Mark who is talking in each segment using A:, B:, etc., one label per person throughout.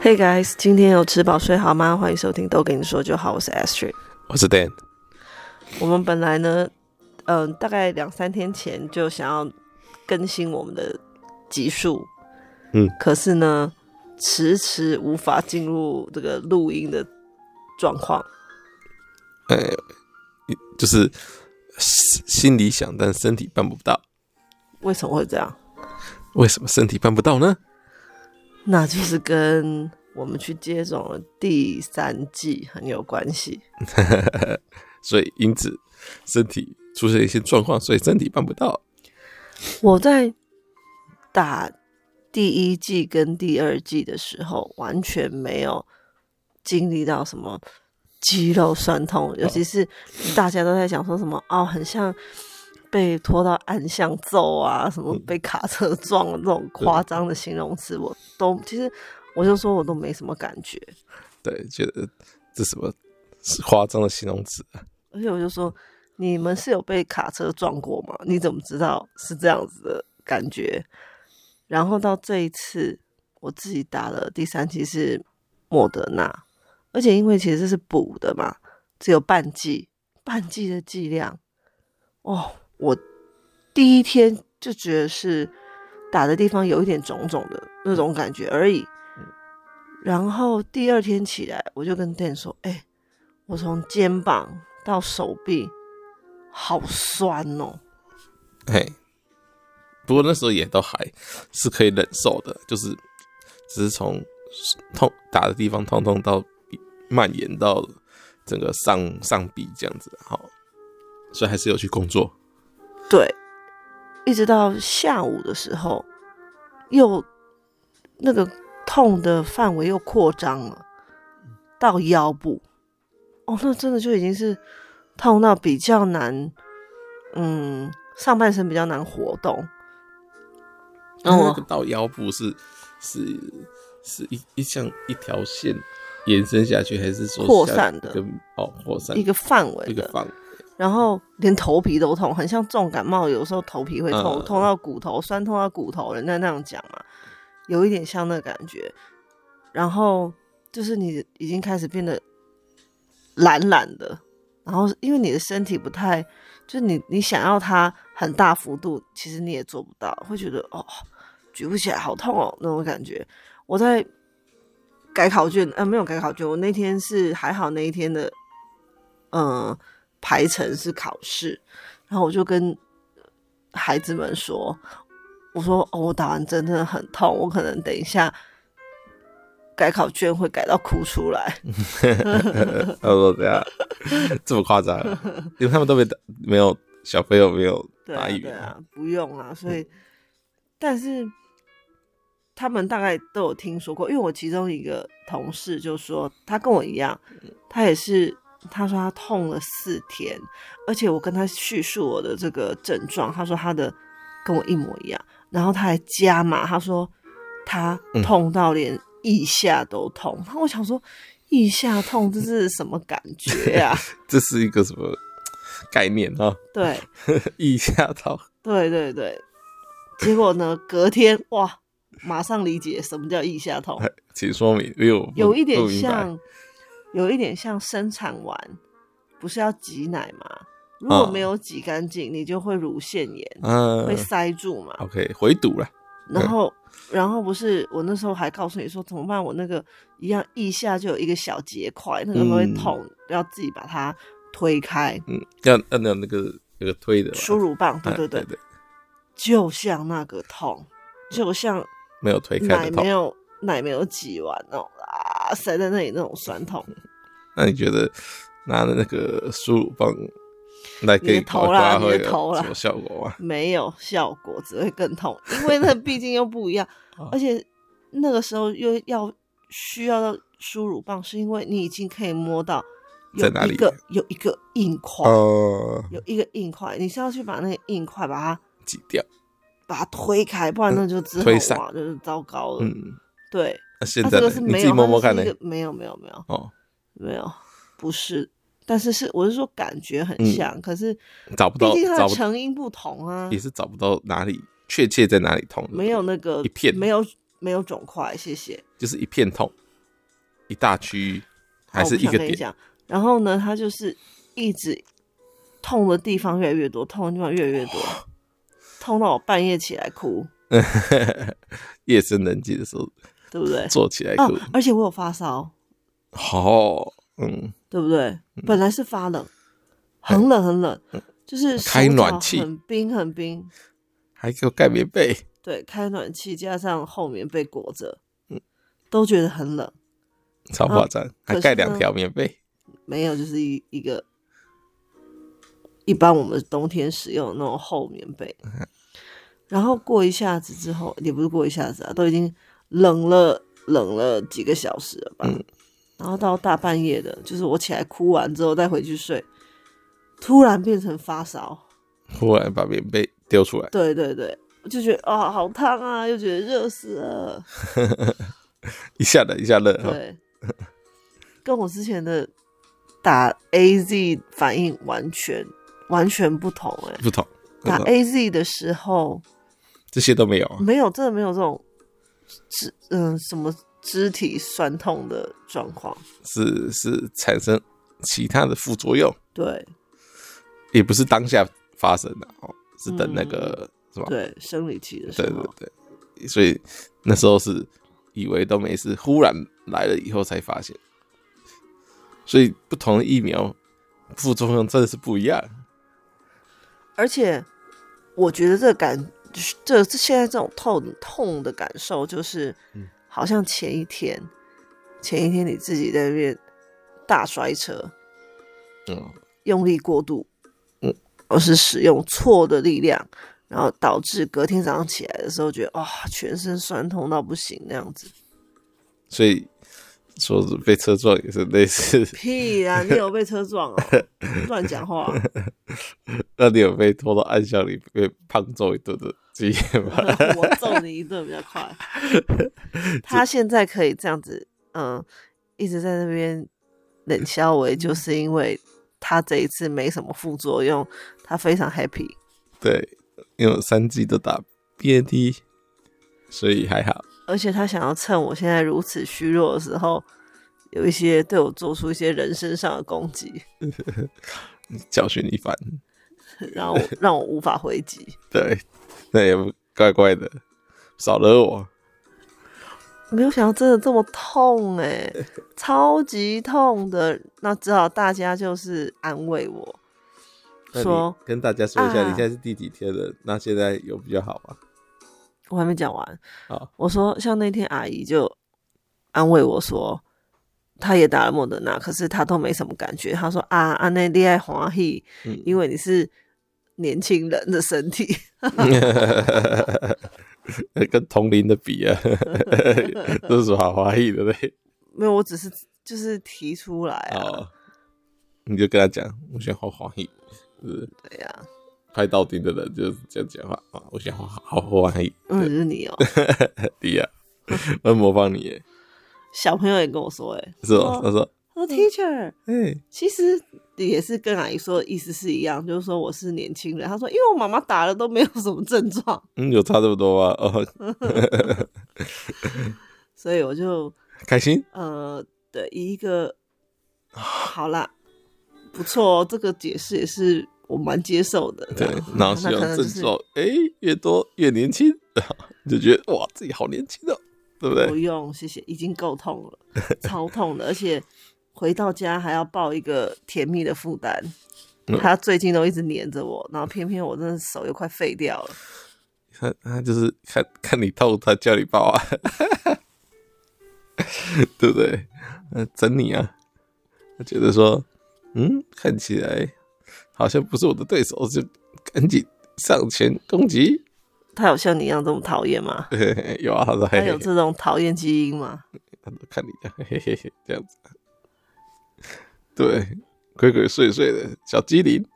A: Hey guys，今天有吃饱睡好吗？欢迎收听都跟你说就好，我是 Astrid。
B: 我是 Dan，
A: 我们本来呢，嗯、大概两三天前就想要更新我们的集数，
B: 嗯，
A: 可是呢，迟迟无法进入这个录音的状况。
B: 呃，就是心心里想，但身体办不到。
A: 为什么会这样？
B: 为什么身体办不到呢？
A: 那就是跟我们去接种了第三季很有关系。
B: 所以因此身体出现一些状况，所以身体办不到。
A: 我在打第一季跟第二季的时候，完全没有经历到什么肌肉酸痛，尤其是大家都在讲说什么哦，很像被拖到暗巷揍啊，什么被卡车撞啊这种夸张的形容词，我都其实我就说我都没什么感觉，
B: 对，觉得这什么是夸张的形容词啊？
A: 而且我就说你们是有被卡车撞过吗？你怎么知道是这样子的感觉？然后到这一次，我自己打了第三期是莫德纳，而且因为其实是补的嘛，只有半剂，半剂的剂量。哦，我第一天就觉得是打的地方有一点肿肿的那种感觉而已。然后第二天起来，我就跟店说：“哎、我从肩膀到手臂好酸哦。
B: 嘿，不过那时候也都还是可以忍受的，就是只是从痛打的地方痛痛到蔓延到整个上上臂这样子，好，所以还是有去工作。
A: 对，一直到下午的时候，又那个痛的范围又扩张了，到腰部。哦，那真的就已经是痛到比较难，嗯，上半身比较难活动。
B: 那
A: 哦
B: 那个到腰部是是是一一像一条线延伸下去，还是说
A: 扩
B: 下
A: 散的
B: 跟哦扩散
A: 一个范围
B: 一个
A: 的，
B: 放
A: 然后连头皮都痛，很像重感冒，有时候头皮会痛，
B: 嗯
A: 痛到骨头，酸痛到骨头，人家那样讲嘛，有一点像那感觉。然后就是你已经开始变得懒懒的，然后因为你的身体不太，就是你你想要它很大幅度，其实你也做不到，会觉得哦举不起来，好痛哦那种感觉。我在改考卷，呃，没有改考卷，我那天是还好那一天的，嗯，排程是考试，然后我就跟孩子们说，我说哦，我打完针真的很痛，我可能等一下改考卷会改到哭出来。
B: 哦 对啊，这么夸张，啊因为他们都没打没有小朋友没有
A: 对啊
B: 打，语嗯
A: 对啊，不用啊，所以，但是他们大概都有听说过，因为我其中一个同事就说，他跟我一样，
B: 嗯
A: 他也是，他说他痛了四天，而且我跟他叙述我的这个症状，他说他的跟我一模一样，然后他还加码，他说他
B: 嗯
A: 痛到连腋下都痛，然后我想说。腋下痛这是什么感觉呀、
B: 这是一个什么概念啊？
A: 对，
B: 腋下到
A: 对对对，结果呢，隔天哇，马上理解什么叫腋下痛，
B: 呃请说明，因为我不
A: 有一
B: 不
A: 点
B: 明白
A: 像，有一点像生产完不是要挤奶吗？如果
B: 嗯
A: 没有挤干净，你就会乳腺炎，会
B: 嗯
A: 塞住嘛。
B: ，OK 回堵了，
A: 然后，然后不是我那时候还告诉你说怎么办？我那个一样腋下就有一个小结块，那个会
B: 嗯
A: 痛，要自己把它推开。
B: 嗯，要要那个那个推的吧，
A: 输入棒，对
B: 哎
A: 对
B: 对
A: 对，就像那个痛，就像
B: 没有推开
A: 奶
B: 的痛
A: 没。有奶没有挤完那种啊，塞在那里那种酸 痛，
B: 那你觉得拿的那个输入棒来
A: 你的
B: 给
A: 头
B: 烤
A: 啦
B: 瓜
A: 你的
B: 会有
A: 头啦
B: 什么效果吗？
A: 没有效果，只会更痛，因为那毕竟又不一 样，
B: 哦
A: 而且那个时候又要需要到输乳棒，是因为你已经可以摸到有
B: 在哪
A: 一
B: 里
A: 个有一个硬块，
B: 哦，
A: 有一个硬块，你是要去把那个硬块把它
B: 挤掉，
A: 把它推开，不然那就之后
B: 嗯推散
A: 哇就是糟糕了。
B: 嗯，
A: 对，
B: 那现
A: 那
B: 在
A: 啊这个
B: 呢
A: 是
B: 你
A: 没
B: 自
A: 有，
B: 己摸
A: 它
B: 摸
A: 是
B: 看
A: 一
B: 呢？
A: 个没有没有没有。
B: 哦，
A: 没有，不是，但是是我是说感觉很
B: 嗯
A: 像，可是
B: 找不
A: 毕
B: 到
A: 竟，它
B: 找
A: 的
B: 不
A: 成因不同啊
B: 也，是找不到哪里确切在哪里痛的，
A: 没有那个
B: 一片
A: 没有没有肿块，谢谢。
B: 就是一片痛，一大区还是一
A: 好我不
B: 个
A: 想跟你
B: 点，
A: 讲。然后呢，他就是一直痛的地方越来越多，痛的地方越来越 多，痛到我半夜起来哭，
B: 夜深人静的时候
A: 对不 对？
B: 坐起来
A: 哦
B: 哭。，
A: 而且我有发烧，哦
B: 好，嗯，嗯
A: 对不对？本来是发冷，很冷很冷，就是
B: 开
A: 手
B: 暖
A: 脚
B: 气
A: 很冰很冰。
B: 还给我盖棉被，
A: 对，开暖气加上后面被裹着，都觉得很冷。
B: 超夸张，
A: 哦可
B: 还
A: 是
B: 盖两
A: 呢
B: 条棉被，
A: 没有，就是一一个一般我们冬天使用的那种厚棉被。然后过一下子之后，也不是过一下子啊，都已经冷了冷了几个小时了吧。然后到大半夜的，就是我起来哭完之后再回去睡，突然变成发烧。
B: 忽然把棉被丢出来，
A: 对对对，我就觉得啊、好烫啊，又觉得热死了。
B: 一下冷一下热哈，
A: 对，跟我之前的打 AZ 反应完全完全不同哎、
B: 不同，不
A: 打
B: 同
A: AZ 的时候
B: 这些都没有啊，
A: 没有，真的没有这种肢嗯、什么肢体酸痛的状况。
B: 是是产生其他的副作用，
A: 对
B: 也不是当下发生的哦，是等那个是吧？
A: 嗯对，生理期的时
B: 哦对
A: 候
B: 对，对，所以那时候是以为都没事，忽然来了以后才发现，所以不同的疫苗副作用真的是不一样。
A: 而且我觉得这个感这这现在这种痛痛的感受，就是、
B: 嗯
A: 好像前一天前一天你自己在那边大摔车，
B: 嗯，
A: 用力过度，
B: 嗯，
A: 而是使用错的力量，然后导致隔天早上起来的时候觉得哇、全身酸痛到不行那样子。
B: 所以说是被车撞也是类似，
A: 屁啊！你有被车撞啊？乱讲话、
B: 那你有被拖到暗巷里被胖揍一顿的经验吗？
A: 我揍你一顿比较快。他现在可以这样子，嗯，一直在那边冷笑我，就是因为他这一次没什么副作用，他非常 happy。
B: 对，因为我三剂都打 BNT，所以还好。
A: 而且他想要趁我现在如此虚弱的时候，有一些对我做出一些人身上的攻击，
B: 教训一番，
A: 让 我让我无法回击。
B: 对，那也不怪怪的，少惹我。
A: 没有想到真的这么痛哎、 超级痛的。那只好大家就是安慰我，
B: 那你
A: 说
B: 跟大家说一下，
A: 啊
B: 你现在是第几天了？那现在有比较好吗？
A: 我还没讲完。
B: 好，
A: 我说像那天阿姨就安慰我说，她也打了莫德纳，可是她都没什么感觉。她说啊，安内利爱欢喜，
B: 嗯
A: 因为你是年轻人的身体。
B: 跟同龄的比啊， 这是什么好怀疑的嘞？
A: 没有，我只是就是提出来啊，
B: 哦，你就跟他讲，我现在好怀疑，是
A: 对呀、
B: 拍到顶的人就是这样讲话啊，我现在好好怀疑，
A: 嗯，就是你哦、
B: 对呀，我在模仿你耶，
A: 小朋友也跟我说、欸，哎，
B: 是哦，他说，
A: 他说 teacher，
B: 哎，
A: 其实也是跟阿姨说的意思是一样，就是说我是年轻人。他说，因为我妈妈打了都没有什么症状，
B: 嗯，有差这么多吗？哦，
A: 所以我就
B: 开心，
A: 呃，对，以一 个好啦，不错哦，这个解释也是我蛮接受的。
B: 对
A: 这样，
B: 然 后
A: 那
B: 希望
A: 可能
B: 症
A: 就是
B: 状，哎，越多越年轻，就觉得哇，自己好年轻哦，对不对
A: 不？用，谢谢，已经够痛了， 超痛的，而且回到家还要抱一个甜蜜的负担
B: 嗯。
A: 他最近都一直黏着我，然后偏偏我真的手又快废掉了。
B: 他他就是看看你痛，他叫你抱啊， 对不对？呃，整你啊，他觉得说，嗯，看起来好像不是我的对手，就赶紧上前攻击。
A: 他有像你一样这么讨厌吗？
B: 嘿嘿有啊，他说
A: 他
B: 嘿嘿
A: 有
B: 嘿，
A: 这种讨厌基因吗？
B: 他说看你啊， 嘿嘿嘿，这样子，对，鬼鬼祟祟的小机灵。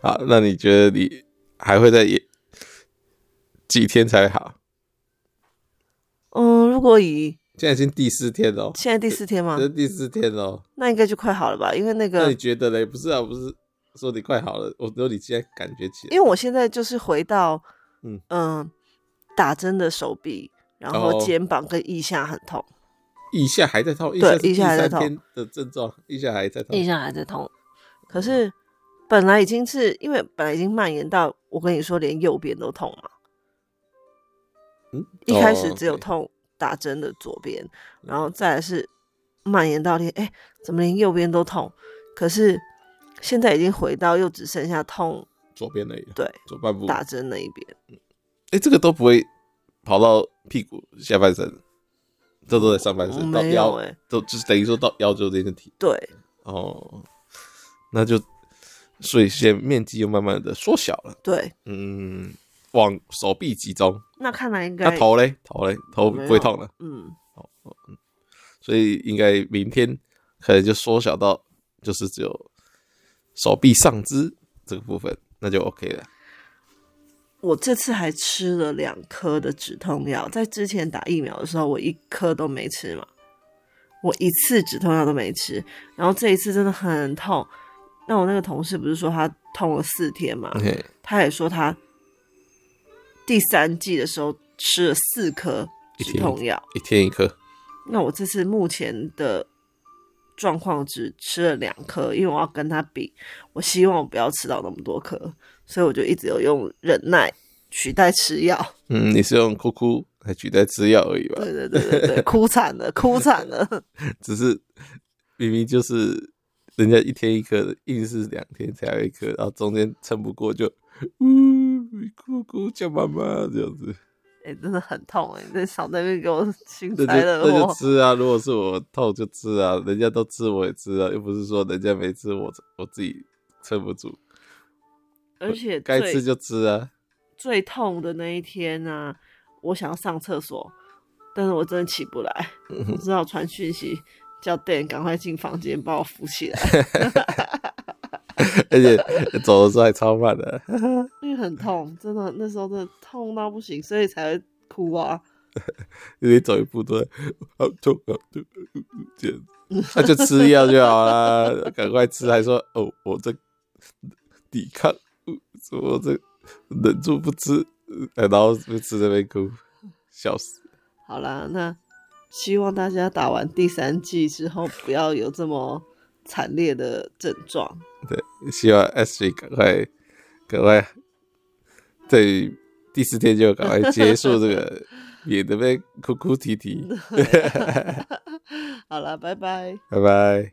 B: 好，那你觉得你还会再演几天才好？
A: 嗯，如果以
B: 现在已经第四天了哦。
A: 现在第四天嘛
B: 这，是第四天喽。
A: 那应该就快好了吧？因为那
B: 那
A: 个
B: 你，觉得嘞？不是啊，不是说你快好了，我说你现在感觉起来，
A: 因为我现在就是回到
B: 嗯
A: 嗯、打针的手臂，然后
B: 哦
A: 肩膀跟腋下很痛，
B: 腋下还在痛，腋下是
A: 腋
B: 第
A: 下还在
B: 三
A: 痛
B: 天的症状，腋下还在痛
A: 腋。下还在痛。啊可是本来已经是因为本来已经蔓延到我跟你说连右边都痛嘛，
B: 嗯，
A: 一开
B: 哦
A: 始只有
B: ，OK
A: 痛打针的左边，然后再来是蔓延到连哎、怎么连右边都痛？可是现在已经回到又只剩下痛
B: 左边而已，
A: 对
B: 左半部。
A: 打针那一边，
B: 哎，这个都不会跑到屁股下半身，这都在上半身，到
A: 没
B: 腰
A: 有哎、
B: 都就是等于说到腰就这些体
A: 对，
B: 哦，那就所以现在面积又慢慢的缩小了，
A: 对，
B: 嗯，往手臂集中。
A: 那看来应该
B: 那头嘞，头嘞，头不
A: 没
B: 会
A: 有
B: 痛了，
A: 嗯，
B: 所以应该明天可能就缩小到就是只有手臂上肢这个部分，那就 OK 了。
A: 我这次还吃了两颗的止痛药，在之前打疫苗的时候，我一颗都没吃嘛，我一次止痛药都没吃，然后这一次真的很痛。那我那个同事不是说他痛了四天嘛，
B: OK，
A: 他也说他第三季的时候吃了四颗
B: 一
A: 止
B: 天
A: 痛药，
B: 一天一颗，
A: 那我这次目前的状况只吃了两颗，因为我要跟他比，我希望我不要吃到那么多颗，所以我就一直有用忍耐取代吃药。
B: 嗯，你是用哭哭来取代吃药而已吧？
A: 对对对对对，哭惨了，哭惨了。
B: 只是明明就是人家一天一颗，硬是两天才有一颗，然后中间撑不过就，呜哭哭叫妈妈这样子，
A: 哎、真的很痛哎、你在少在那边给我幸
B: 那就
A: 灾乐
B: 那就
A: 祸。
B: 吃啊！如果是我痛就吃啊，人家都吃我也吃啊，又不是说人家没吃我我自己撑不住，
A: 而且
B: 该
A: 最
B: 吃就吃啊。
A: 最痛的那一天呢、我想要上厕所，但是我真的起不 来，我只好传讯息叫 Dan 赶快进房间把我扶起来，
B: 而且走的时候还超慢的，
A: 因为很痛，真的那时候真的痛到不行，所以才会哭啊。
B: 你走一步都在好痛好痛，这样子，那就吃药就好啦， 赶快吃，还说哦我在抵抗，呃我这忍住不吃，呃然后就吃这边哭，笑死。
A: 好啦，那希望大家打完第三剂之后不要有这么惨烈的症状。
B: 对，希望 S G 赶快赶快对第四天就赶快结束这个，也得被哭哭啼啼，
A: 好啦，拜拜。
B: 拜拜。